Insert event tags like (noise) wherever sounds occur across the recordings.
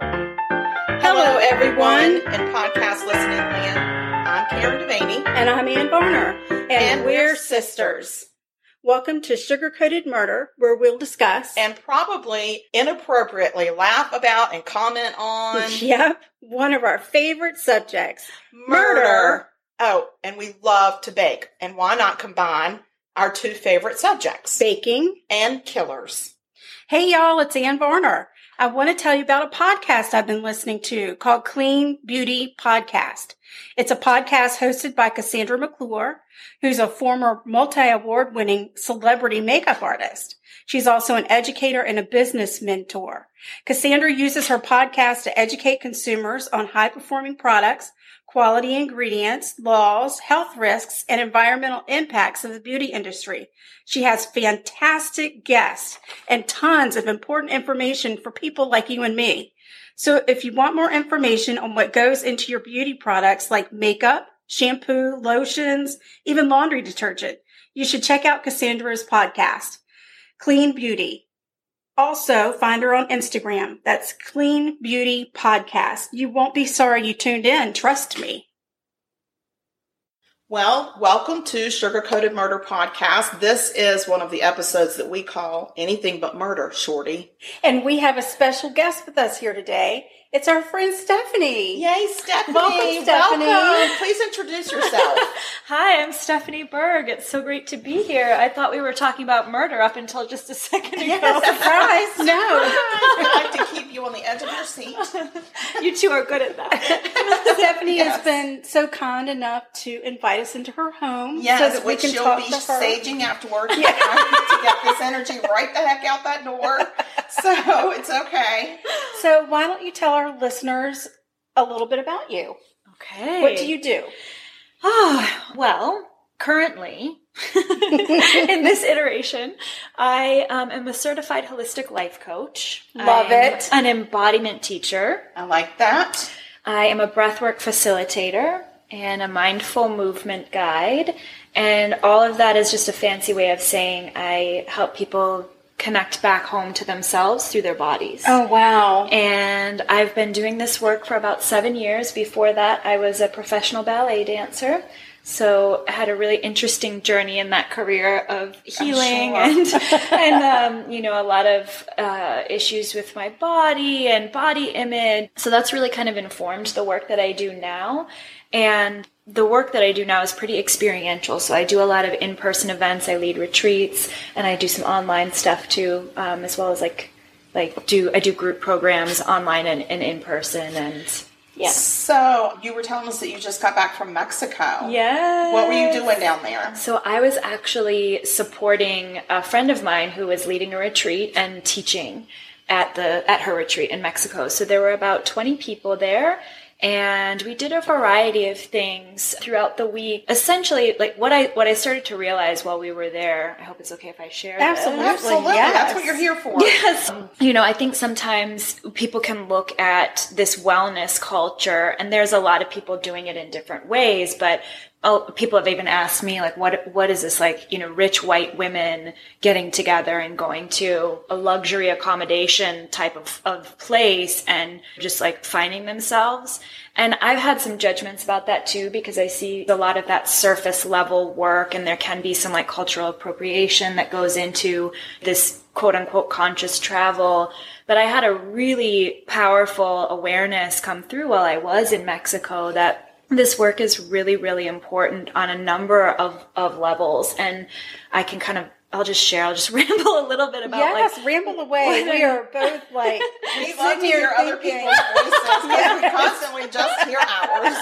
Hello, everyone in podcast listening land. I'm Karen Devaney, And I'm Ann Barner. And, we're sisters, welcome to Sugar Coated Murder, where we'll discuss. (laughs) and probably inappropriately laugh about and comment (laughs) on yep, one of our favorite subjects. murder. Oh, and we love to bake, and why not combine our two favorite subjects Baking. and killers? Hey, y'all, it's Ann Barner. I want to tell you about a podcast I've been listening to called Clean Beauty Podcast. It's a podcast hosted by Cassandra McClure, who's a former multi-award winning celebrity makeup artist. She's also an educator and a business mentor. Cassandra uses her podcast to educate consumers on high performing products, quality ingredients, laws, health risks, and environmental impacts of the beauty industry. She has fantastic guests and tons of important information for people like you and me. So if you want more information on what goes into your beauty products like makeup, shampoo, lotions, even laundry detergent, you should check out Cassandra's podcast, Clean Beauty. Also, find her on Instagram. That's Clean Beauty Podcast. You won't be sorry you tuned in. Trust me. Well, welcome to Sugar Coated Murder Podcast. This is one of the episodes that we call Anything But Murder, Shorty. And we have a special guest with us here today. It's our friend Stephanie. Yay, Stephanie! Welcome, Stephanie. Welcome. Please introduce (laughs) yourself. Hi, I'm Stephanie Berg. It's so great to be here. I thought we were talking about murder up until just a (laughs) second ago. (laughs) Surprise! No. I like to keep you on the edge of (laughs) your seat. you two are good at that. Stephanie Yes. has been so kind enough to invite us into her home Yes, so that we which can you'll talk be to her. saging afterwards. Yeah. I need to get this energy right the heck out that door. So it's okay. So why don't you tell our listeners a little bit about you? Okay. What do you do? Oh, well, currently, (laughs) in this iteration, I um, am a certified holistic life coach. Love I'm it. An embodiment teacher. I like that. I am a breathwork facilitator and a mindful movement guide. And all of that is just a fancy way of saying I help people connect back home to themselves through their bodies. Oh wow. And I've been doing this work for about seven years. Before that, I was a professional ballet dancer. So I had a really interesting journey in that career of healing and and um, you know a lot of uh, issues with my body and body image. So that's really kind of informed the work that I do now. And the work that I do now is pretty experiential. So I do a lot of in-person events. I lead retreats and I do some online stuff too, um, as well as like like do I do group programs online and, and in person and yes So you were telling us that you just got back from Mexico. yeah. What were you doing down there? So I was actually supporting a friend of mine who was leading a retreat and teaching at the at her retreat in Mexico. So there were about 20 people there and we did a variety of things throughout the week. Essentially like what I what I started to realize while we were there, I hope it's okay if I share this. Absolutely. Absolutely. That's yes. what you're here for. Yes. You know, I think sometimes people can look at this wellness culture, and there's a lot of people doing it in different ways. But oh, people have even asked me, like, what what is this like? You know, rich white women getting together and going to a luxury accommodation type of, of place and just like finding themselves. And I've had some judgments about that too, because I see a lot of that surface level work, and there can be some like cultural appropriation that goes into this quote unquote conscious travel. But I had a really powerful awareness come through while I was in Mexico that this work is really, really important on a number of, of levels. And I can kind of I'll just share. I'll just (laughs) ramble a little bit about yes, like ramble away. What- We are both (laughs) like We sitting love to here hear other thinking- people's voices. We constantly just hear ours.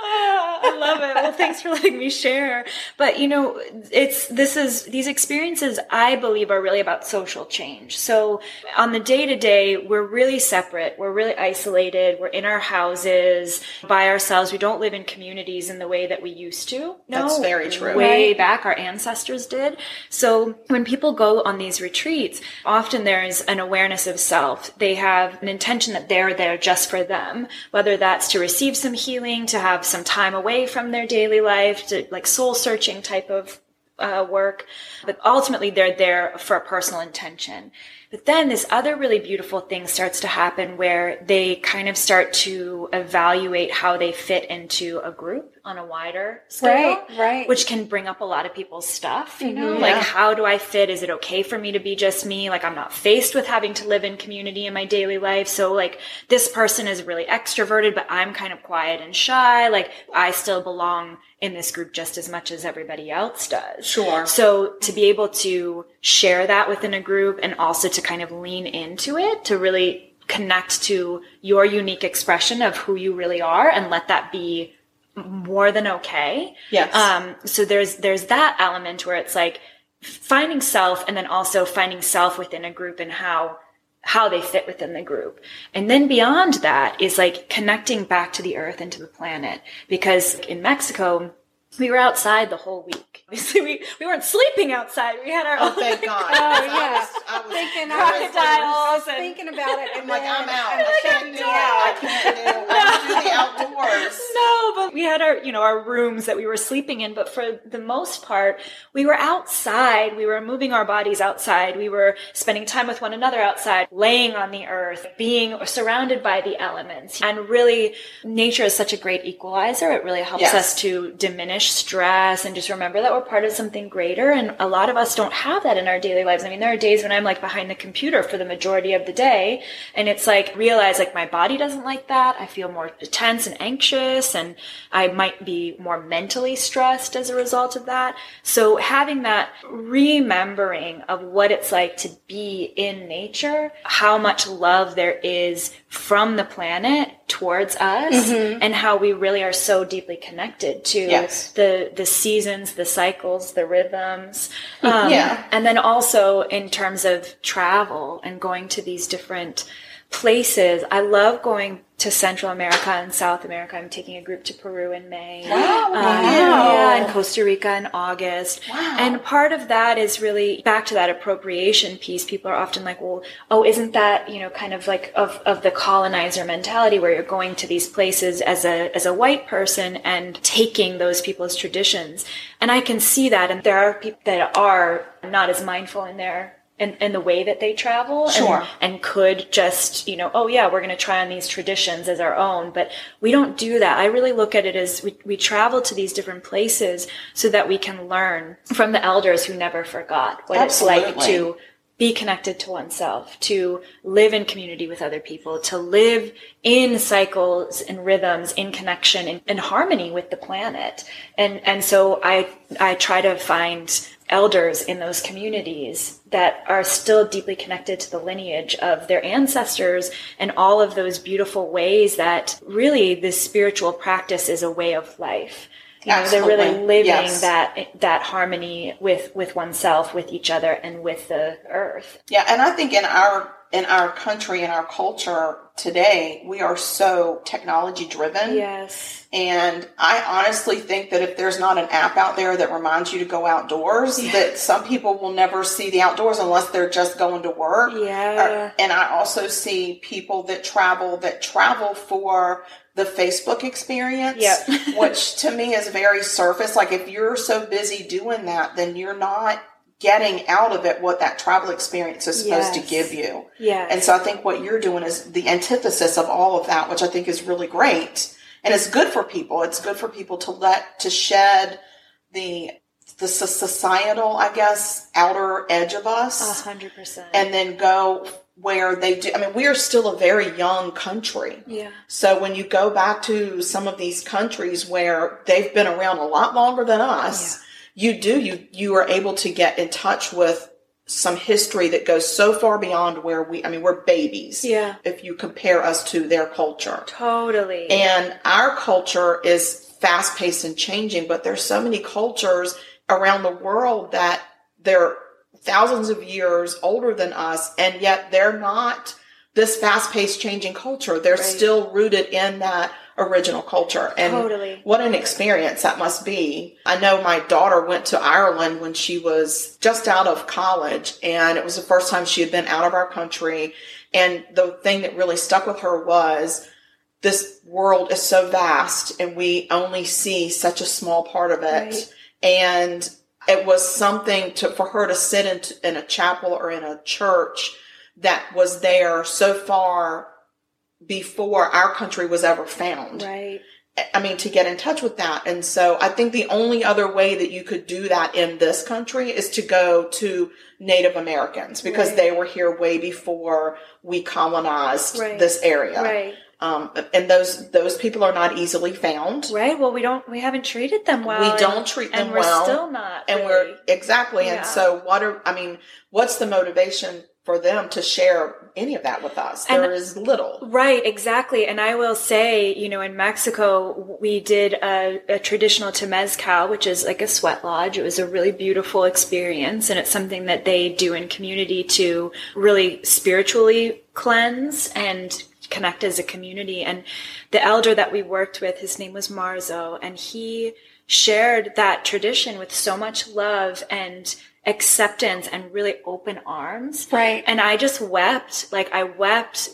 Ah, I love it. Well, thanks for letting me share. But you know, it's this is these experiences I believe are really about social change. So on the day to day, we're really separate. We're really isolated. We're in our houses by ourselves. We don't live in communities in the way that we used to. No, That's very true. Way Right. back, our ancestors did. So when people go on these retreats, often there is an awareness of self. They have an intention that they're there just for them, whether that's to receive some healing, to have some time away from their daily life, to like soul searching type of uh, work, but ultimately they're there for a personal intention. But then this other really beautiful thing starts to happen where they kind of start to evaluate how they fit into a group on a wider scale, Right, right. Which can bring up a lot of people's stuff, you know, Mhm. like Mm-hmm. Yeah. how do I fit? Is it okay for me to be just me? Like I'm not faced with having to live in community in my daily life. So like this person is really extroverted, but I'm kind of quiet and shy. Like I still belong in this group just as much as everybody else does. Sure. So to be able to share that within a group and also to kind of lean into it to really connect to your unique expression of who you really are and let that be more than okay. Yes. Um, so there's there's that element where it's like finding self and then also finding self within a group and how how they fit within the group. And then beyond that is like connecting back to the earth and to the planet because in Mexico we were outside the whole week. (laughs) Obviously we, we weren't sleeping outside. We had our Oh, own thank Oh, God. I was- yeah. I was Thinking very- I was- I was Crocodiles and- thinking about (laughs) it. And I'm like, then I'm out. I can't do that. I can't do, I can't do the outdoors. No, but we had our, you know, our rooms that we were sleeping in, but for the most part, we were outside. We were moving our bodies outside. We were spending time with one another outside, laying on the earth, being surrounded by the elements. And really, nature is such a great equalizer. It really helps Yes. us to diminish stress and just remember that we're part of something greater. And a lot of us don't have that in our daily lives. I mean, there are days when I'm like behind the computer for the majority of the day. And it's like, realize like my body doesn't like that. I feel more tense and anxious and I might be more mentally stressed as a result of that. So having that remembering of what it's like to be in nature, how much love there is from the planet towards us and how we really are so deeply connected to Yes. the the seasons, the cycles, the rhythms. Um, Yeah. and then also in terms of travel and going to these different places, I love going to Central America and South America. I'm taking a group to Peru in May. Wow. Um, Wow. Yeah, and Costa Rica in August. Wow. And part of that is really back to that appropriation piece. People are often like, well, oh, isn't that, you know, kind of like of, of the colonizer mentality where you're going to these places as a, as a white person and taking those people's traditions. And I can see that. And there are people that are not as mindful in their in, in the way that they travel and- Sure. and could just, you know, oh yeah, we're going to try on these traditions as our own. But we don't do that. I really look at it as we, we travel to these different places so that we can learn from the elders who never forgot what it's like Absolutely. to be connected to oneself, to live in community with other people, to live in cycles and rhythms, in connection and in harmony with the planet. And and so I I try to find elders in those communities that are still deeply connected to the lineage of their ancestors and all of those beautiful ways that really this spiritual practice is a way of life. You know, they're really Absolutely. living Yes. that that harmony with with oneself, with each other, and with the earth. Yeah, and I think in our in our country, in our culture today, we are so technology driven. Yes. And I honestly think that if there's not an app out there that reminds you to go outdoors, that some people will never see the outdoors unless they're just going to work. Yeah. Or- Uh, And I also see people that travel that travel for the Facebook experience, (laughs) Yep. (laughs) which to me is very surface. Like if you're so busy doing that, then you're not getting out of it what that travel experience is supposed to Yes. give you. Yes. And so I think what you're doing is the antithesis of all of that, which I think is really great. And it's good for people. It's good for people to let to shed the the so- societal, I guess, outer edge of A us hundred percent. and then go where they do. I mean, we are still a very young country. yeah. So when you go back to some of these countries where they've been around a lot longer than us, you do you you are able to get in touch with some history that goes so far beyond where we I mean we're babies. Yeah. If you compare us to their culture. Totally. And our culture is fast paced and changing, but there's so many cultures around the world that they're thousands of years older than us, and yet they're not this fast paced changing culture. They're Right. still rooted in that original culture. And Totally. what an experience that must be. I know my daughter went to Ireland when she was just out of college, and it was the first time she had been out of our country. And the thing that really stuck with her was this world is so vast and we only see such a small part of it Right. and it was something to for her to sit in, t- in a chapel or in a church that was there so far before our country was ever found right. i mean to get in touch with that and so i think the only other way that you could do that in this country is to go to native americans because Right. they were here way before we colonized Right. this area Right. um, and those those people are not easily found. Right. Well, we don't. We haven't treated them well. we and- don't treat them and we're well, still not. and really. we're exactly. Yeah. And so, what are I mean? What's the motivation for them to share any of that with us? And- there is little. Right, exactly. And I will say, you know, in Mexico, we did a, a traditional Temezcal, which is like a sweat lodge. It was a really beautiful experience, and it's something that they do in community to really spiritually cleanse and connect as a community. And the elder that we worked with, his name was Marzo, and he shared that tradition with so much love and acceptance and really open arms. Right. And I just wept. Like I wept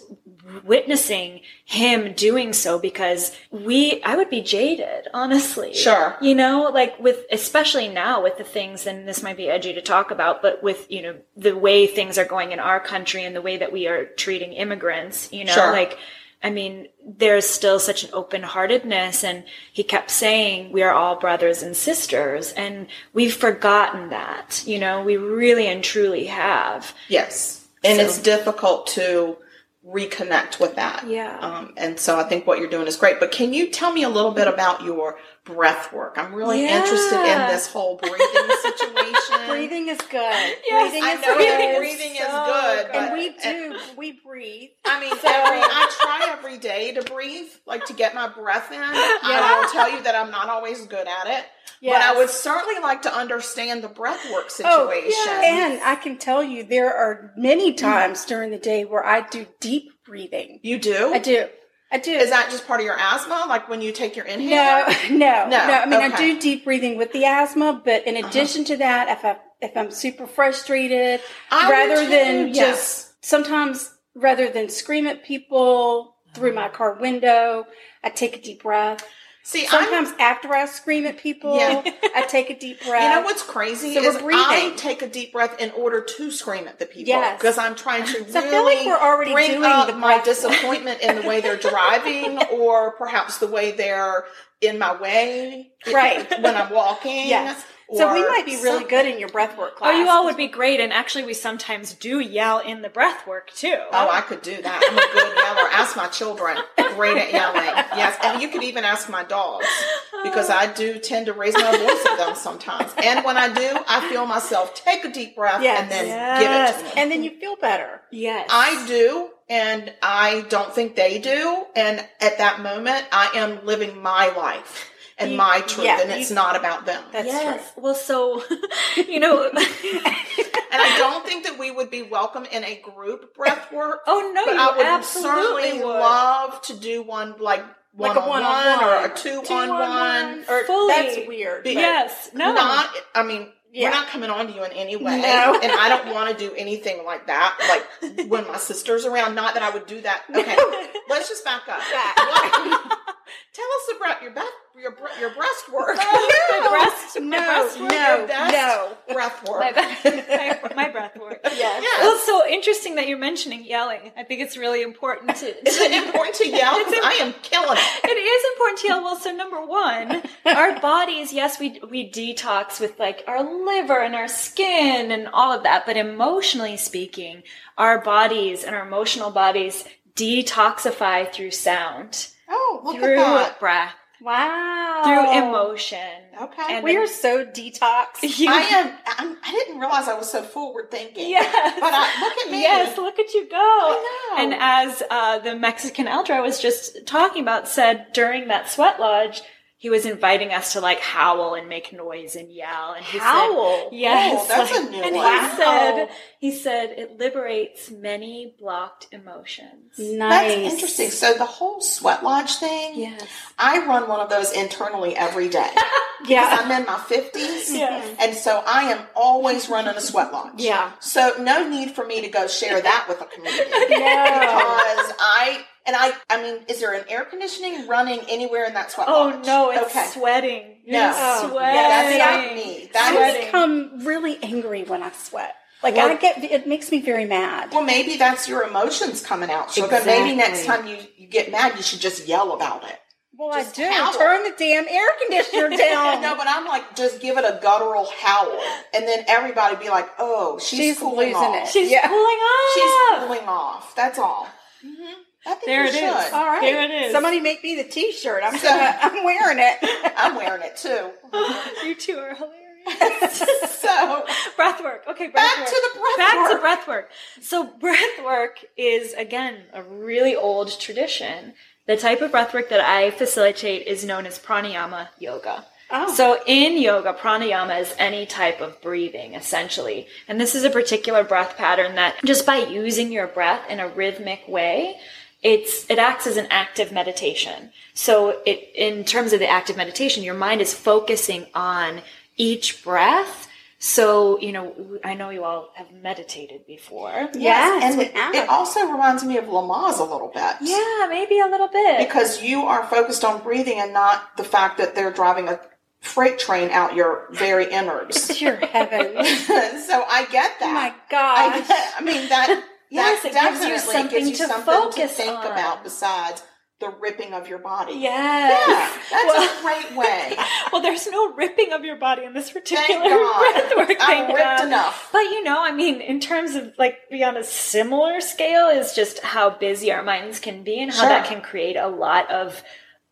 witnessing him doing so because we, I would be jaded, honestly. Sure. You know, like with, especially now with the things, and this might be edgy to talk about, but with, you know, the way things are going in our country and the way that we are treating immigrants, you know, Sure. like, I mean, there's still such an open heartedness. And he kept saying, we are all brothers and sisters. And we've forgotten that, you know, we really and truly have. Yes, and So- it's difficult to reconnect with that. Yeah. Um, and so I think what you're doing is great. But can you tell me a little bit about your breath work? I'm really Yeah. interested in this whole breathing (laughs) situation. Breathing is good. breathing I is know that good. breathing is so good, good. but- and we do. we breathe. I mean, every, I try every day to breathe, like to get my breath in. I Yeah. will tell you that I'm not always good at it, but I Yes. would certainly like to understand the breath work situation. Oh, and I can tell you there are many Mm. times during the day where I do deep breathing. you do? I do. I do. Is that just part of your asthma? Like when you take your inhale? No, (laughs) no, no. I mean, I okay. Uh-huh. do deep breathing with the asthma, but in addition to that, if I if I'm super frustrated, I would rather too, than yes. just sometimes rather than scream at people through my car window, I take a deep breath. See, I'm. Sometimes after I scream at people, Yeah. I take a deep breath. You know what's crazy So we're is I breathing. take a deep breath in order to scream at the people Yes. because I'm trying (laughs) to So I really feel like we're already bring doing up the my breath work. disappointment in the (laughs) way they're driving or perhaps the way they're in my way Right. when I'm walking. Yes. So we or might be really something. good in your breathwork Oh, class. you all would be great. And actually, we sometimes do yell in the breath work too. Oh, I could do that. I'm a good yeller. Ask my children. Great at yelling. Yes. And you could even ask my dogs because I do tend to raise my voice at them sometimes. And when I do, I feel myself take a deep breath Yes. and then give it to them. and then you feel better. yes. I do, and I don't think they do. And at that moment, I am living my life and You- my truth, yeah, and it's you- not about them. That's yes. Well, so (laughs) (laughs) you know. oh, and I don't think that we would be welcome in a group (laughs) breath work. oh no, but you I would absolutely certainly would. love to do one like one Like a on one-on-one. one or a two, on one. true. Or Fully. that's weird. Be- but- Yes. No. Not, I mean, Yeah. we're not coming on to you in any way. No. And I don't want to do anything like that, like when my sister's around. Not that I would do that. Okay, let's just back up. Back. What- (laughs) tell us about your breath, your, bre- your breast work. The breast, no, my (laughs) breast work. no, Your best (laughs) no. breath My, work. breath- my, my breath work. Yes. Well, it's so interesting that you're mentioning yelling. I think it's really important to. Is it important to yell? 'Cause I am killing it. it is important to yell. Well, so number one, our bodies, yes, we we detox with like our liver and our skin and all of that, but emotionally speaking, our bodies and our emotional bodies detoxify through sound, Oh, look through at that. breath. Wow. through emotion. Oh. Okay. And We are so (laughs) detoxed. you- I am. I'm, I didn't realize I was so forward thinking. Yes. But I, look at me. Yes, look at you go. I know. And as uh, the Mexican elder I was just talking about said during that sweat lodge, he was inviting us to like howl and make noise and yell. And he Howl? Said, yes. Oh, that's a like- new and one. he said, he said it liberates many blocked emotions. Nice. That's interesting. So the whole sweat lodge thing. Yes. I run one of those internally every day. 'Cause Yeah. I'm in my fifties, Yes. and so I am always running a sweat lodge. Yeah. So no need for me to go share that with the (laughs) community. No. because I and I I mean, is there an air conditioning running anywhere in that sweat Oh lodge? no, it's okay. sweating. No. You're Oh, sweating. Yeah, that's not me. That I is, Sweating. become really angry when I sweat. Like Well- I get it makes me very mad. well, maybe that's your emotions coming out, sugar. Maybe next time you, you get mad, you should just yell about it. Well, Just I do. howl. Turn the damn air conditioner down. No, but I'm like, just give it a guttural howl, and then everybody be like, "Oh, she's, She's cooling losing off. it. She's Yeah. pulling off. She's cooling off. That's all." I think Ah! Mm-hmm. There you it is. should. All right. There it is. Somebody make me the T-shirt. I'm gonna, (laughs) I'm wearing (laughs) it. I'm wearing it (laughs) too. you two (laughs) are hilarious. So breath work. Okay, breath back work. to the breath Back work. to breath work. So breath work is again a really old tradition. The type of breath work that I facilitate is known as pranayama yoga. Oh. So in yoga, pranayama is any type of breathing essentially. And this is a particular breath pattern that just by using your breath in a rhythmic way, it's it acts as an active meditation. So it in terms of the active meditation, your mind is focusing on each breath. So, you know, I know you all have meditated before. yes, and we it, have. it also reminds me of Lamaze a little bit. Yeah, maybe a little bit. Because you are focused on breathing and not the fact that they're driving a freight train out your very (laughs) innards. (laughs) Dear heaven. so I get Oh my (laughs) that. I, gosh. get- I mean (laughs) that. Yes, that it gives you definitely gives you something, something to to focus think on. about besides the ripping of your body. Yeah, yes. that's Well- a great way. (laughs) well, there's no ripping of your body in this particular Thank God. (laughs) breathwork thing. I'm ripped Um, enough. But you know, I mean, in terms of like be on a similar scale is just how busy our minds can be and how Sure. that can create a lot of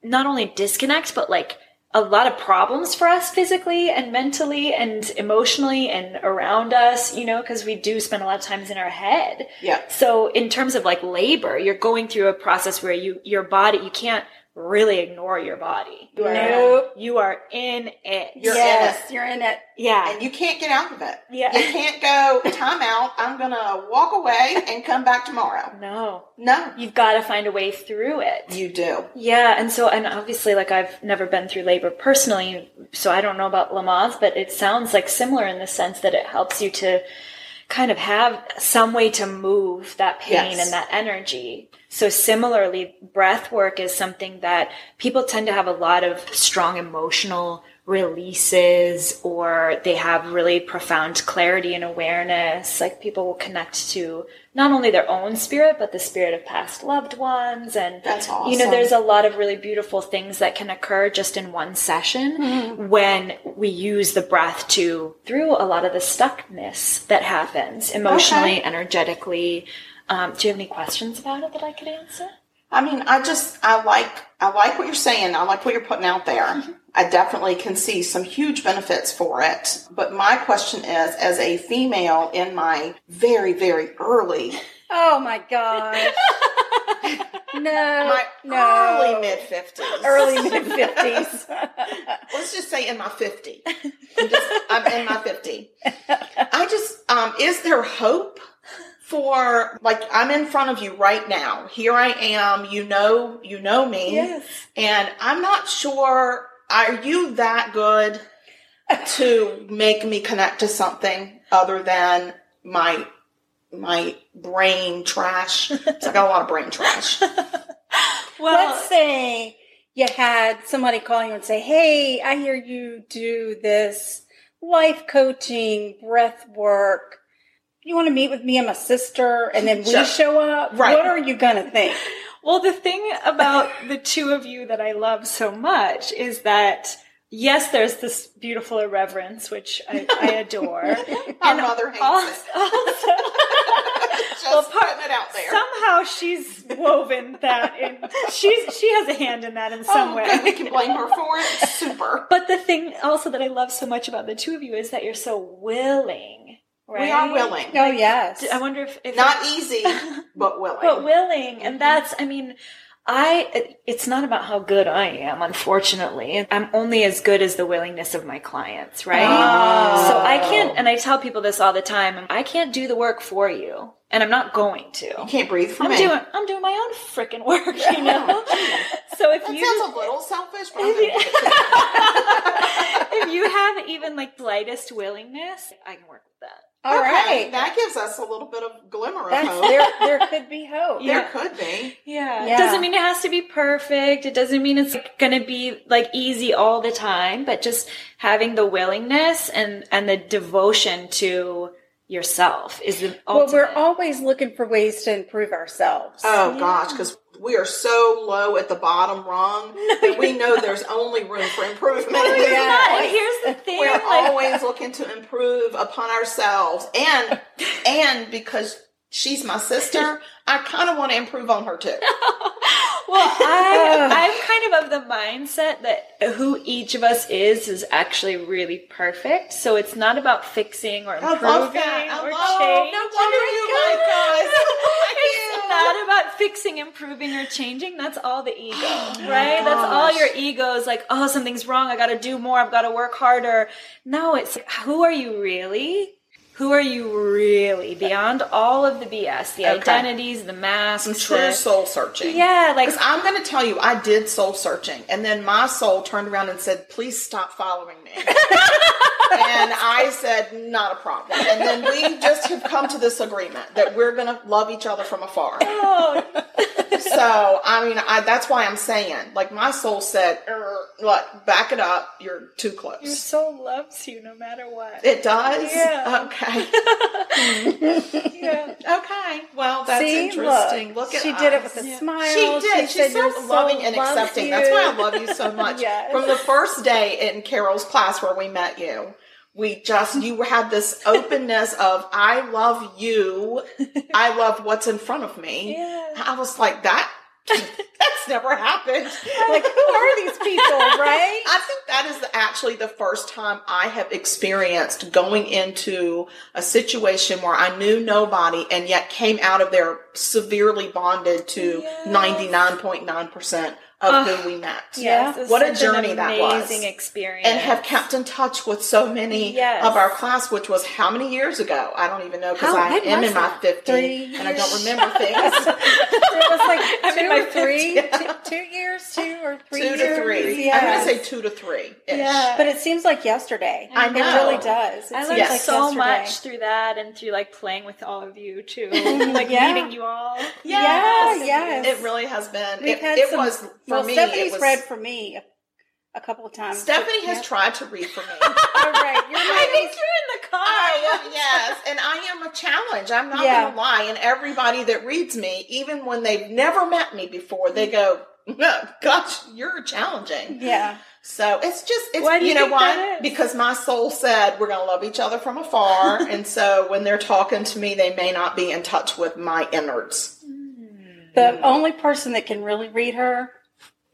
not only disconnect but like a lot of problems for us physically and mentally and emotionally and around us, you know, because we do spend a lot of times in our head. Yeah. So in terms of like labor, you're going through a process where you your body you can't really ignore your body. You are Nope. you are in it. You're in yes, you're in it. yeah. And you can't get out of it. Yeah. You can't go, time out, I'm going to walk away and come back tomorrow. No. No, You've got to find a way through it. you do. Yeah, and so and obviously like I've never been through labor personally, so I don't know about Lamaze, but it sounds like similar in the sense that it helps you to kind of have some way to move that pain Yes. and that energy. So similarly, breath work is something that people tend to have a lot of strong emotional releases or they have really profound clarity and awareness. Like people will connect to not only their own spirit, but the spirit of past loved ones. And That's you know, awesome. there's a lot of really beautiful things that can occur just in one session when we use the breath to through a lot of the stuckness that happens emotionally, energetically. Um, do you have any questions about it that I could answer? I mean, I just I like I like what you're saying. I like what you're putting out there. I definitely can see some huge benefits for it. But my question is, as a female in my very very early Oh my (laughs) gosh. no. my no. early mid fifties, Early mid (laughs) fifties. let's just say in my (laughs) fifty, I'm, just- I'm in my fifty. I just um, is there hope for like I'm in front of you right now. Here I am. You know, you know me. And I'm not sure, are you that good to make me connect to something other than my my brain trash? 'Cause I got a lot of brain (laughs) trash. Well, Let's say you had somebody call you and say, Hey, I hear you do this life coaching, breath work. You want to meet with me and my sister, and then we Sure. show up? Right. What are you going to (laughs) think? Well, the thing about the two of you that I love so much is that yes, there's this beautiful (laughs) irreverence which I, I adore. My mother hates (laughs) also, it. also, Well, part- putting it out there. Somehow she's woven that in. She's she has a hand in that in some Oh, way. good. (laughs) We can blame her for it. Super. But the thing also that I love so much about the two of you is that you're so willing. Right? We are willing. Oh, yes. I wonder if, if Not (laughs) easy, but willing. but willing, and Mhm. that's I mean. I it- it's not about how good I am unfortunately. I'm only as good as the willingness of my clients, right? Oh. So I can't and I tell people this all the time, I can't do the work for you and I'm not going to. you can't breathe for I'm me. doing I'm doing my own (laughs) freaking work, you know. so if that you (laughs) sounds a little selfish, but I'm gonna give it to you. if you have even like lightest willingness, I can work with that. All Okay, right. that gives us a little bit of glimmer of That's, hope. there, there could be hope. there yeah. could be. Yeah. Yeah. It doesn't mean it has to be perfect. It doesn't mean it's going to be like easy all the time, but just having the willingness and and the devotion to yourself is the Well, ultimate. we're always looking for ways to improve ourselves. Oh Yeah. gosh, because we are so low at the bottom (laughs) rung that we know there's only room for improvement. at this yeah. Yeah, point. and here's the thing. We're like- always looking to improve upon ourselves, (laughs) and and because she's my sister, I kind of want to improve on her too. Well, (laughs) Ugh. I, I'm kind of of the mindset that who each of us is is actually really perfect. So it's not about fixing or improving or changing. No wonder you (laughs) like us. Thank It's you. (laughs) not about fixing, improving, or changing. That's (gasps) all the ego, Oh right? That's all your ego is like, oh, something's wrong. I got to do more. I've got to work harder. No, it's who are you really? Who are you really? Beyond all of the BS, the Okay. identities, the masks, Some true the- soul searching. Yeah, like Because I'm going to tell you, I did soul searching, and then my soul turned around and said, "Please stop following (laughs) me." and I said, "Not a problem." And then we just have come to this agreement that we're going to love each other from afar. oh, So, I mean, I, that's why I'm saying, like, my soul said, "Er, "Look, back it up. You're too close." Your soul loves you no matter what. it does. Yeah. Okay. Yeah. Okay. Well, that's See, interesting. Look, Look, at she did it us. with a smile. She did. She She's said, so "Your soul loving and loves accepting. you." That's why I love you (laughs) so much. Yes. From the first day in Carol's class where we met you, we just you had this openness of I love you. I love what's in front (laughs) of me. Yeah. I was like that. That's never happened. Like, who are these (laughs) people, right? I think that is actually the first time I have experienced going into a situation where I knew nobody and yet came out of there severely bonded to Yes. 99.9% of who we met. Yes, it's What a such journey an that was. Amazing experience. And have kept in touch with so many Yes. of our class, which was how many years ago? I don't even know because How- I when am was in my that? 50 Three and I years. don't remember things. It was like (laughs) I'm two in my or three, fifties. two, two years, two or three two years. to three. yes. I'm going to say two to three ish. Yeah. But it seems like yesterday. I It know. really does. It I seems learned like so yesterday. much through that and through like playing with all of you (laughs) too, like Yeah. meeting you all. Yeah, Yes. yes. It really has been. We've It, had it some- was for well, me. Stephanie's it was, read for me a, a couple of times. Stephanie has Yeah. tried to read (laughs) for me. All right, (laughs) you're I my think you're in the car. I am, yes, and I am a challenge. I'm not Yeah. going to lie. And everybody that reads me, even when they've never met me before, they go, "No, "Gosh, you're challenging." yeah. So it's just, it's Why do you, you know think why? that is? Because my soul said we're going to love each other from (laughs) afar, and so when they're talking to me, they may not be in touch with my innards. The only person that can really read her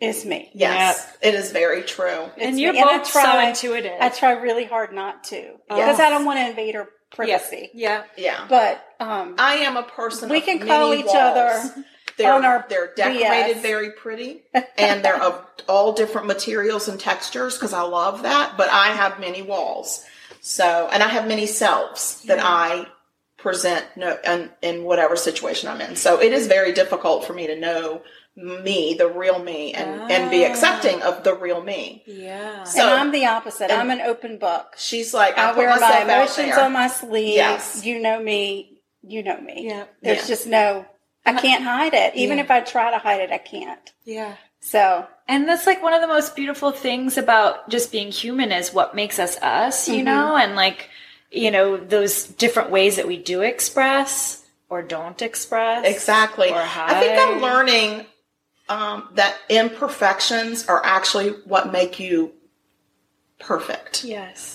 is me. Yes, it is very true. It's And you're me. I both so try- intuitive. I try really hard not to because I don't want to invade her privacy. Yeah. Yeah. But um, I am a person. we of can many call each walls. other. They're, on our they're decorated BS. (laughs) very pretty, and they're of all different materials and textures because I love that. But I have many walls, so and I have many selves that I present no, in, in whatever situation I'm in. So it is very difficult for me to know me, the real me, and and Ah. be accepting of the real me. Yeah. So and I'm the opposite. I'm an open book. she's like, I I, put wear myself my out emotions there. on my sleeve. Yes. You know me. You know me. Yeah. There's Yeah. just no. I can't hide it. Even Yeah. if I try to hide it, I can't. Yeah. So And that's like one of the most beautiful things about just being human is what makes us us, you Mm-hmm. know, and like, you know, those different ways that we do express or don't express. Exactly. Or I think I'm hide. learning um, that imperfections are actually what make you perfect. Yes.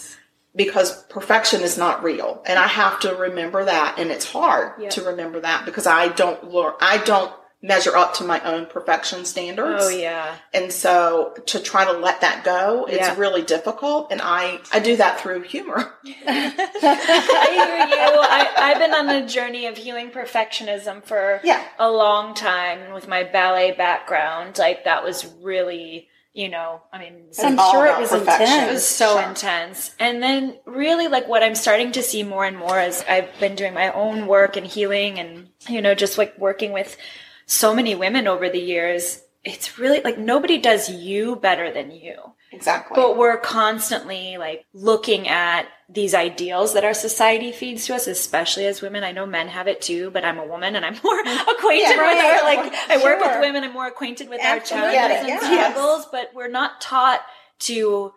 because perfection is not real and i have to remember that and it's hard Yeah. to remember that because i don't learn i don't measure up to my own perfection standards Oh yeah. and so to try to let that go it's Yeah. really difficult and i i do that through humor (laughs) I hear you. I, I've been on a journey of healing perfectionism for yeah a long time with my ballet background. Like that was really, you know, I mean, It's I'm all sure it about was perfection. it intense. was so Sure. intense. And then really like what I'm starting to see more and more as I've been doing my own work and healing and you know just like working with so many women over the years, it's really like nobody does you better than you. exactly But we're constantly like looking at these ideals that our society feeds to us, especially as women. I know men have it too, but I'm a woman and I'm (laughs) more acquainted Yeah, with right. our like I work Sure. with women, I'm more acquainted with Absolutely. our challenges Yeah, and yes. struggles, but we're not taught to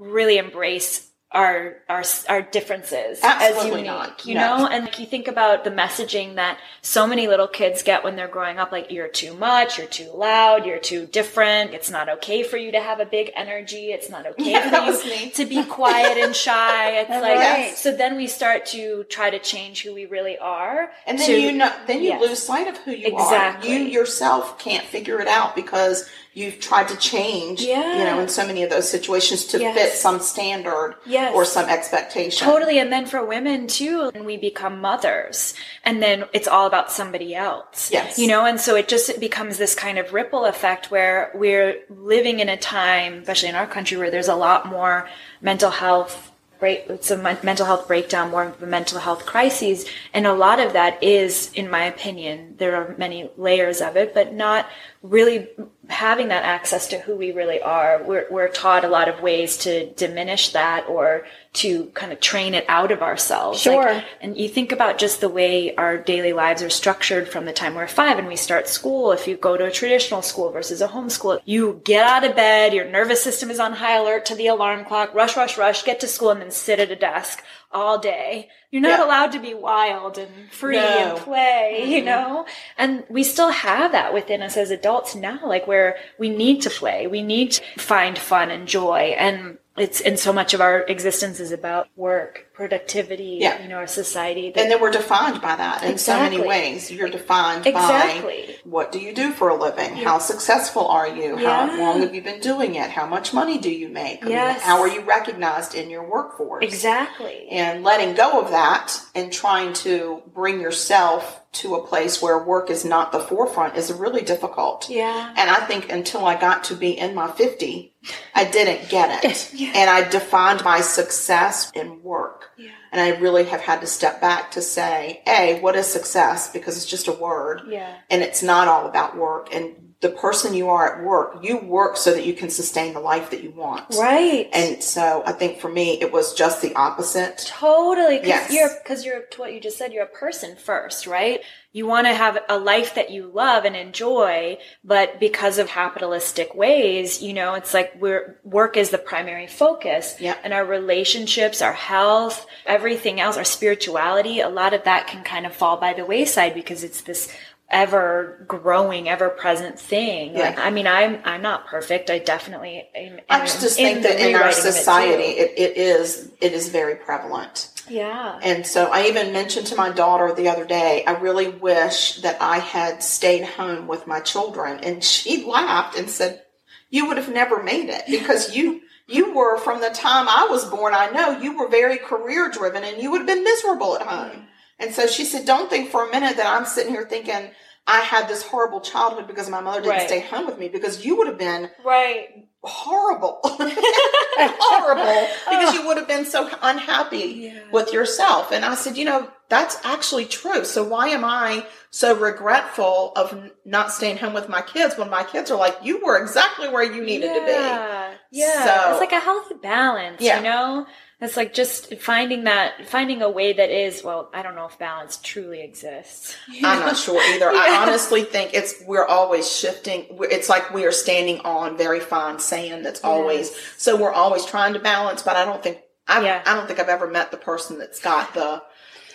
really embrace our our our differences as Absolutely unique, not. you No. know? And like you think about the messaging that so many little kids get when they're growing up, like you're too much, you're too loud, you're too different. It's not okay for you to have a big energy. It's not okay Yeah, that for was you me. to be quiet and (laughs) shy. It's like Right. so. Then we start to try to change who we really are. and then to- you know then you Yes. lose sight of who you Exactly. are you yourself can't figure it out because you've tried to change you Yeah. know in so many of those situations to Yes. fit some standard Yes. or some expectation Totally. And then for women too, and we become mothers and then it's all about somebody else. Yes. You know, and so it just it becomes this kind of ripple effect where we're living in a time, especially in our country, where there's a lot more mental health break, it's a men- mental health breakdown, more of a mental health crises. And a lot of that is, in my opinion, there are many layers of it, but not really having that access to who we really are. We're, we're taught a lot of ways to diminish that or to kind of train it out of ourselves. Sure. Like, and you think about just the way our daily lives are structured from the time we're five and we start school. If you go to a traditional school versus a homeschool, you get out of bed, your nervous system is on high alert to the alarm clock, rush, rush, rush, get to school and then sit at a desk all day. You're not Yeah. allowed to be wild and free No. Mm-hmm. and play, you know? And we still have that within us as adults now, like where we need to play, we need to find fun and joy. And it's, and so much of our existence is about work, productivity, Yeah. you know, our society. that- and then we're defined by that in so many Exactly. ways. You're defined by Exactly. what do you do for a living? How successful are you? How Yeah. long have you been doing it? How much money do you make? I mean, Yes. how are you recognized in your workforce? exactly. And letting go of that and trying to bring yourself to a place where work is not the forefront is really difficult. Yeah. And I think until I got to be in my 50, I didn't get (laughs) it. And I defined my success in work. And I really have had to step back to say, A, what is success? Because it's just a word. Yeah. And it's not all about work. And the person you are at work, you work so that you can sustain the life that you want. Right. And so I think for me, it was just the opposite. Totally, because Yes. you're because you're to what you just said. You're a person first, right? You want to have a life that you love and enjoy, but because of capitalistic ways, you know, it's like we're work is the primary focus, Yep. and our relationships, our health, everything else, our spirituality, a lot of that can kind of fall by the wayside because it's this ever growing, ever present thing. Yeah. Like, I mean, I'm I'm not perfect. I definitely am. I just am think that the in our rewriting of it, too. society, it, it is it is very prevalent. yeah. And so I even mentioned to my daughter the other day, I really wish that I had stayed home with my children. And she (laughs) laughed and said, You would have never made it because you you were from the time I was born, I know you were very career driven and you would have been miserable at home. And so she said, Don't think for a minute that I'm sitting here thinking I had this horrible childhood because my mother didn't Right. stay home with me because you would have been right. (laughs) horrible. (laughs) horrible because you would have been so unhappy Oh. Yeah. with yourself. And I said, you know, that's actually true. So why am I so regretful of n- not staying home with my kids when my kids are like, you were exactly where you needed to yeah. Yeah. So- it's like a healthy balance, Yeah. you know? It's like just finding that, finding a way that is, well, I don't know if balance truly exists. be? I'm not sure either. Yeah. I honestly think it's, we're always shifting. We're- It's like we are standing on very fine sand that's always, so we're always trying to balance, but I don't think, I, Yeah. I don't think I've ever met the person that's got the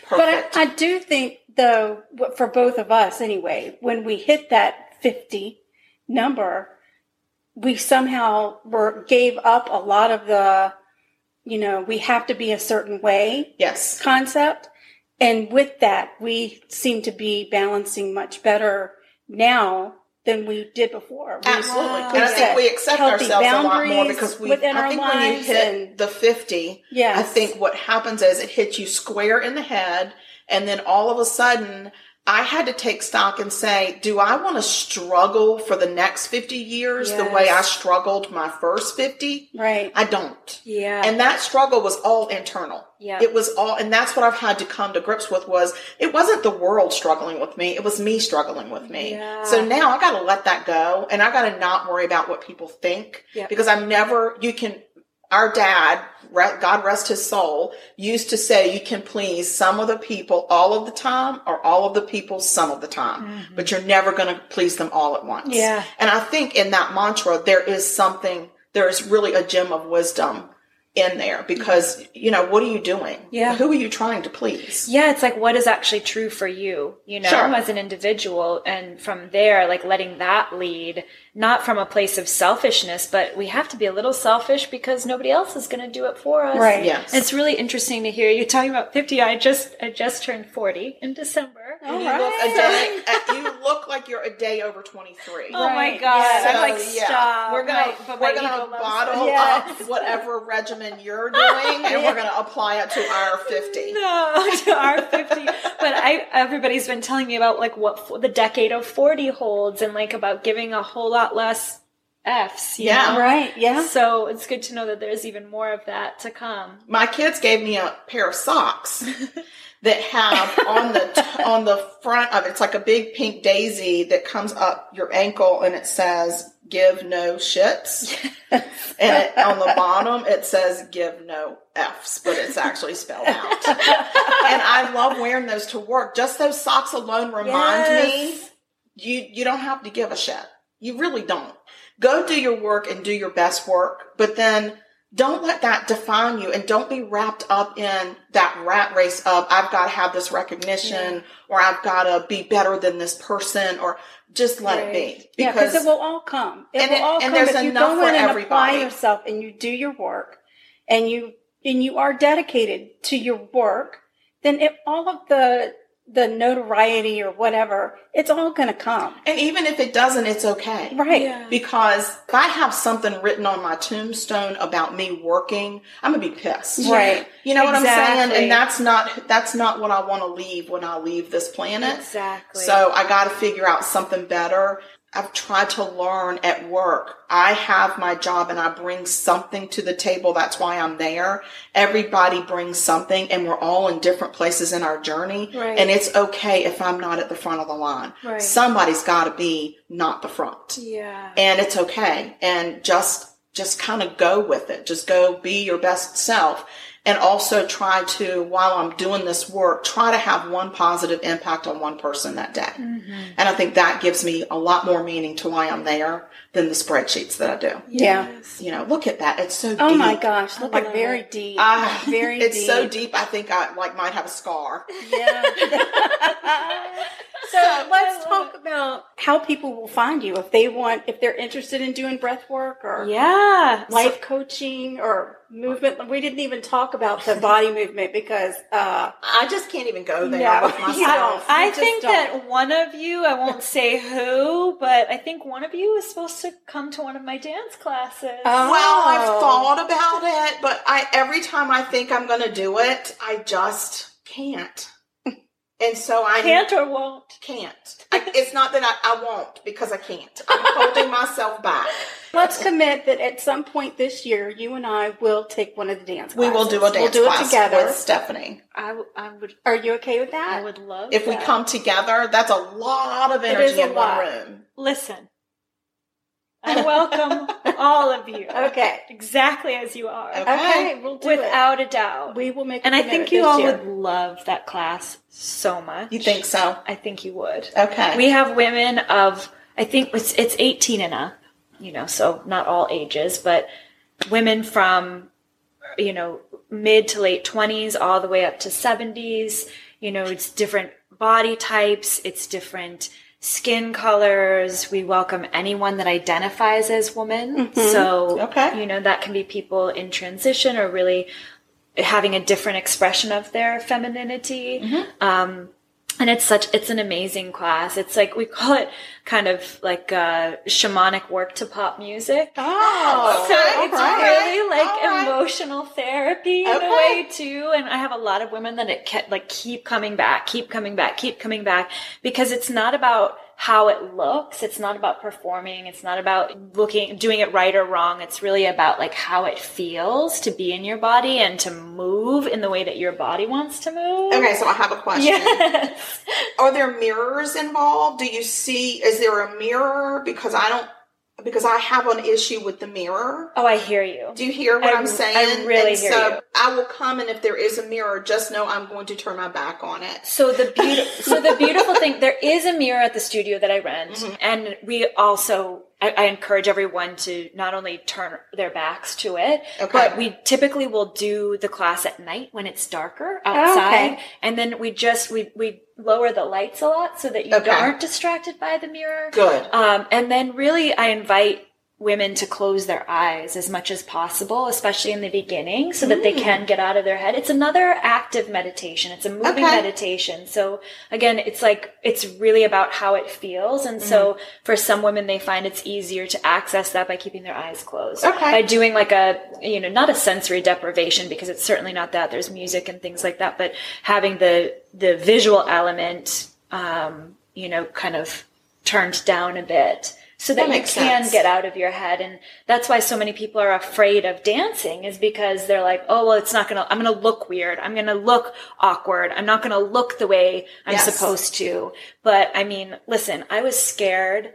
perfect. But I, I do think, though, what- for both of us anyway, when we hit that 50 number, we somehow were, gave up a lot of the you know, we have to be a certain way Yes. concept. And with that, we seem to be balancing much better now than we did before. We- Absolutely. Wow. And I think Set we accept healthy ourselves a lot more boundaries because we, I within our think when you lives hit and- the 50, Yes. I think what happens is it hits you square in the head. And then all of a sudden, I had to take stock and say, do I want to struggle for the next 50 years the way I Yes. struggled my first 50? Right. I don't. Yeah. And that struggle was all internal. Yeah. It was all, and that's what I've had to come to grips with was it wasn't the world struggling with me. It was me struggling with me. Yeah. So now I got to let that go and I got to not worry about what people think Yeah. because I'm never, you can, our dad, re- God rest his soul, used to say you can please some of the people all of the time or all of the people some of the time, but you're never going to please them all at once. Mm-hmm. Yeah. And I think in that mantra, there is something, there is really a gem of wisdom in there because, you know, what are you doing? Yeah. Who are you trying to please? yeah, it's like what is actually true for you, you know, Sure. as an individual. And from there, like letting that lead, not from a place of selfishness, but we have to be a little selfish because nobody else is going to do it for us. Right. Yes. It's really interesting to hear you talking about 50. I just, I just turned 40 in December. All you look a right. day, uh, (laughs) you look like you're a day over 23. Oh my Right. God. Yeah. I'm So, like, yeah. stop. We're gonna Right. But my we're gonna ego loves bottle it. (laughs) Yes. up whatever regimen you're doing, and we're gonna apply it to our fifty. No, to our 50. but I, everybody's been telling me about like what f- the decade of 40 holds and like about giving a whole lot less F's. you Yeah. know? Right. Yeah. So it's good to know that there's even more of that to come. My kids gave me a pair of socks that have on the t- on the front of it's like a big pink daisy that comes up your ankle, and it says "Give no shits," and it, on the bottom it says "Give no f's," but it's actually spelled out. and I love wearing those to work. Just those socks alone remind me Yes. you you don't have to give a shit. You really don't. Go do your work and do your best work, but then don't let that define you and don't be wrapped up in that rat race of I've got to have this recognition or I've got to be better than this person or just let it be. Yeah, because it will all come. It And will it- all and come there's if you enough go for in and everybody. apply yourself and you do your work and you and you are dedicated to your work, then it, all of the the notoriety or whatever, it's all going to come. and even if it doesn't, it's okay. Right. Yeah. Because if I have something written on my tombstone about me working, I'm gonna be pissed. Right. You know what I'm saying? Exactly. And that's not that's not what I want to leave when I leave this planet. Exactly. So I got to figure out something better. I've tried to learn at work. I have my job and I bring something to the table. That's why I'm there. Everybody brings something and we're all in different places in our journey. Right. And it's okay if I'm not at the front of the line. Right. Somebody's got to be not the front yeah. and it's okay and just just kind of go with it just go be your best self and also try to while i'm doing this work try to have one positive impact on one person that day Mm-hmm. and i think that gives me a lot more meaning to why i'm there than the spreadsheets that i do Yeah. Yes. you know look at that it's so Oh deep my gosh, look I like love very deep. Ah, (laughs) very it's deep. so deep i think i like might have a scar (laughs) Yeah. so let's I love talk about how people will find you if they want if they're interested in doing breath work or Yeah. life coaching or movement. We didn't even talk about the body movement because uh, i just can't even go there No, (laughs) with myself you don't. I You just think don't. that one of you, I won't say who, but I think one of you is supposed to come to one of my dance classes. Oh. Well, I've Oh. thought about it, but I every time I think I'm going to do it, I just can't. And so I Can't or won't. can't. I, it's not that I, I won't because I can't. I'm holding myself back. let's commit that at some point this year, you and I will take one of the dance. We Classes. will do a dance We'll do class it together. with Stephanie. I, w- I would Are you okay with I that? would love If we that. come together, that's a lot of It energy is a in one lot. room. listen. I welcome all of you. Okay. Exactly as you are. Okay. Okay, we'll do Without a it. doubt. We will make. a and I commitment think you this all year. would love that class so much. You think so? I think you would. Okay. We have women of I think it's it's 18 and up, you know, so not all ages, but women from you know mid to late 20s all the way up to 70s, you know, it's different body types, it's different skin colors. We welcome anyone that identifies as woman. So, Okay. you know, that can be people in transition or really having a different expression of their femininity. Um, and it's such it's an amazing class. It's like we call it kind of like uh, shamanic work to pop music. Oh, So okay, it's all right, really like all right. emotional therapy in Okay. a way too. And I have a lot of women that it kept, like keep coming back, keep coming back, keep coming back because it's not about how it looks. It's not about performing. It's not about looking, doing it right or wrong. It's really about like how it feels to be in your body and to move in the way that your body wants to move. Okay, so I have a question. Yes. Are there mirrors involved? Do you see? Is there a mirror? Because I don't. Because I have an issue with the mirror. Oh, I hear you. Do you hear what I- am saying? I really and hear so you. I will come, and if there is a mirror, just know I'm going to turn my back on it. So the (laughs) beautiful, so the beautiful thing, there is a mirror at the studio that I rent, Mm-hmm. and we also. I, I encourage everyone to not only turn their backs to it, Okay. but we typically will do the class at night when it's darker Oh, outside, Okay. and then we just we we lower the lights a lot so that you Okay. aren't distracted by the mirror. Good. Um, and then really, I invite women to close their eyes as much as possible, especially in the beginning, so Mm. that they can get out of their head. It's another active meditation. It's a moving Okay. meditation. So again, it's like, it's really about how it feels. And so Mm-hmm. for some women, they find it's easier to access that by keeping their eyes closed. Okay. By doing like a, you know, not a sensory deprivation because it's certainly not that. There's music and things like that, but having the, the visual element, um, you know, kind of turned down a bit so That that, you makes can sense. get out of your head and that's why so many people are afraid of dancing is because they're like oh well it's not gonna i'm gonna look weird i'm gonna look awkward i'm not gonna look the way i'm Yes. supposed to but i mean listen i was scared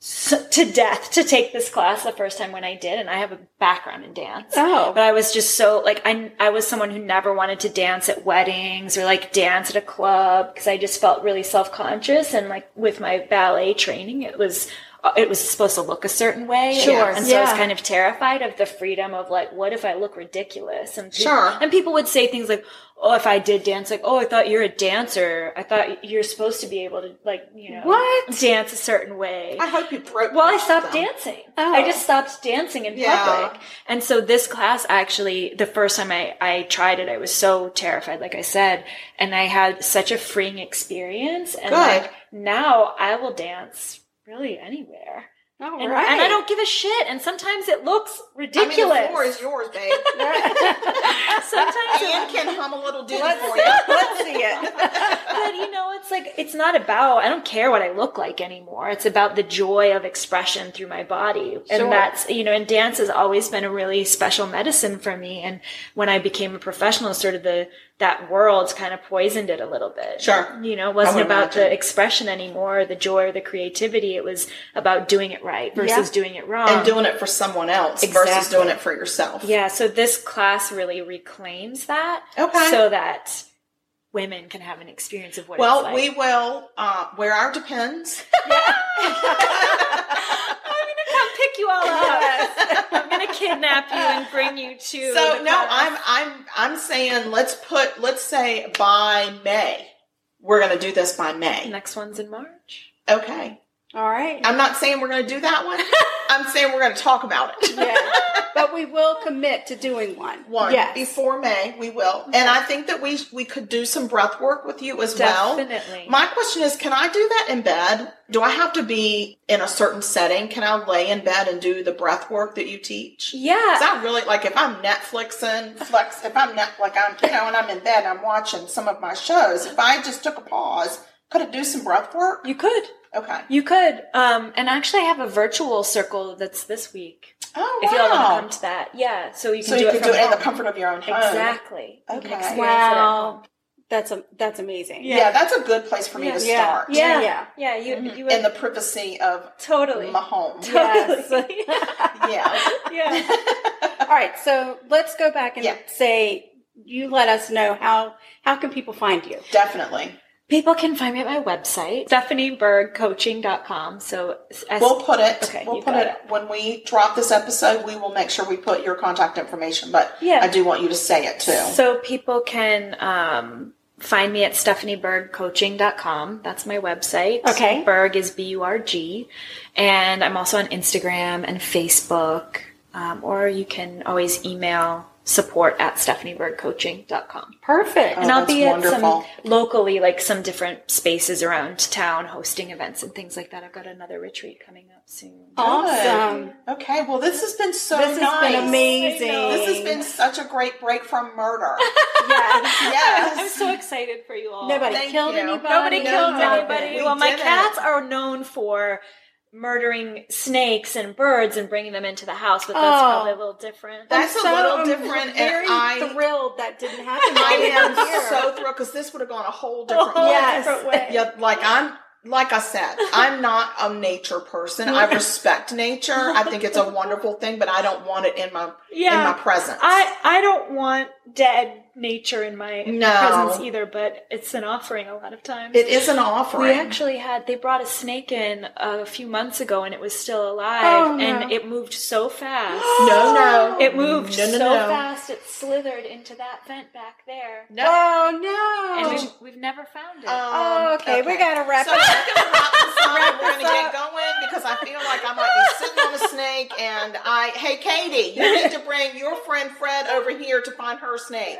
s- to death to take this class the first time when i did and i have a background in dance Oh. but I was just so like I I was someone who never wanted to dance at weddings or like dance at a club because I just felt really self conscious and like with my ballet training it was uh, it was supposed to look a certain way Sure. and so I was Yeah. kind of terrified of the freedom of like what if I look ridiculous and people, Sure. and people would say things like oh if I did dance like oh I thought you're a dancer I thought you're supposed to be able to like you know What? dance a certain way I hope you broke. well, I most of stopped them. dancing. Oh. I just stopped dancing in Yeah. public. And so this class actually, the first time I, I tried it, I was so terrified, like I said, and I had such a freeing experience. And Good. like now I will dance really anywhere. All And, right. and (laughs) I don't give a shit. And sometimes it looks I mean, ridiculous. the floor is yours, babe. (laughs) sometimes it Anne can hum a little ditty Let's for see you. it. Let's see it. but you know, it's like it's not about. I don't care what I look like anymore. It's about the joy of expression through my body, Sure. and that's you know. And dance has always been a really special medicine for me. And when I became a professional, sort of the that world kind of poisoned it a little bit. Sure. you know, it wasn't would about the imagine. expression anymore, or the joy, or the creativity. It was about doing it right versus doing it wrong. And doing it for someone else versus Exactly. doing it for yourself. yeah, so this class really reclaims that, Okay. so that women can have an experience of what. Well, it's like. we will uh, wear our depends. I'm gonna come pick you all up. I'm gonna kidnap you and bring you to. so the no, class. I'm I'm I'm saying let's put let's say by May. We're gonna do this by May. Next one's in March. Okay. All right. I'm not saying we're gonna do that (laughs) one. I'm saying we're gonna talk about it. Yeah. But we will commit to doing one. One Yes. before May, we will. Mm-hmm. And I think that we we could do some breath work with you as well. Definitely. My question is, can I do that in bed? Do I have to be in a certain setting? Can I lay in bed and do the breath work that you teach? yeah. Cause I really like if I'm Netflixing, flex. If I'm net, like I'm, you know, and I'm in bed, and I'm watching some of my shows. If I just took a pause, could I do some breath work? you could. Okay. You could. Um, and actually, I have a virtual circle that's this week. Oh wow. If you all want to come to that, yeah. So you can so do you it can from do it in the home. comfort of your own home. Exactly. You can Okay. experience it at Wow. home. That's a, that's amazing. Yeah. that's a good place for me to Yeah. start. Yeah. Yeah. Yeah. you. You would In the privacy of totally. my (laughs) home. Yes. Totally. Yeah. yeah. All right. So let's go back and Yeah. say you let us know how how can people find you. Definitely. People can find me at my website, stephaniebergcoaching.com. So, S- We'll put it. Okay, we'll you put got it, when we drop this episode. We will make sure we put your contact information. But Yeah. I do want you to say it too. so people can um, find me at stephaniebergcoaching.com. That's my website. Okay. Berg is B U R G. And I'm also on Instagram and Facebook. Um, or you can always email support at stephaniebergcoaching.com. Perfect. And I'll Oh, that's be at wonderful. some locally, like some different spaces around town, hosting events and things like that. I've got another retreat coming up soon. Oh, Awesome. Okay. Well, this has been so This has nice. been amazing. This (laughs) has been such a great break from murder. Yes. yes. (laughs) I'm so excited for you all. Nobody Thank killed you. anybody. Nobody No, killed no, anybody. we well, my didn't. cats are known for murdering snakes and birds and bringing them into the house, but that's Oh. probably a little different. (laughs) That's a So little I'm different, and Very I- thrilled that didn't happen. I am Here. so thrilled because this would have gone a whole different Oh. way. yes. different way. Yeah, like I'm like I said, I'm not a nature person. (laughs) I respect nature. I think it's a wonderful thing, but I don't want it in my in my yeah. presence. I, I don't want dead nature in my No. presence either, but it's an offering a lot of times. it is an offering. we actually had they brought a snake in a few months ago and it was still alive Oh, no. and it moved (gasps) so fast. no, no, It moved Oh. No, no, so no. fast it slithered into that vent back there. No. Oh And no. we've, we've never found it. Um, okay, we gotta wrap so it up. we're gonna wrap (laughs) this up. Wrap We're gonna this get up. going because I feel like I might be sitting on a snake. And I, hey, Katie, you need to bring your friend Fred over here to find her snake.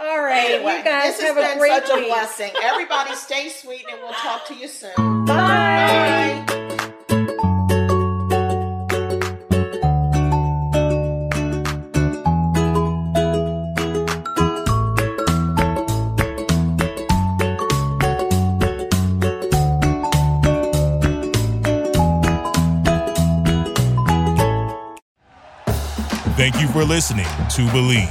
All right. Anyway, you guys this has have a been great such week. a blessing. Everybody, stay sweet, and we'll talk to you soon. Bye. Bye. Thank you for listening to Believe.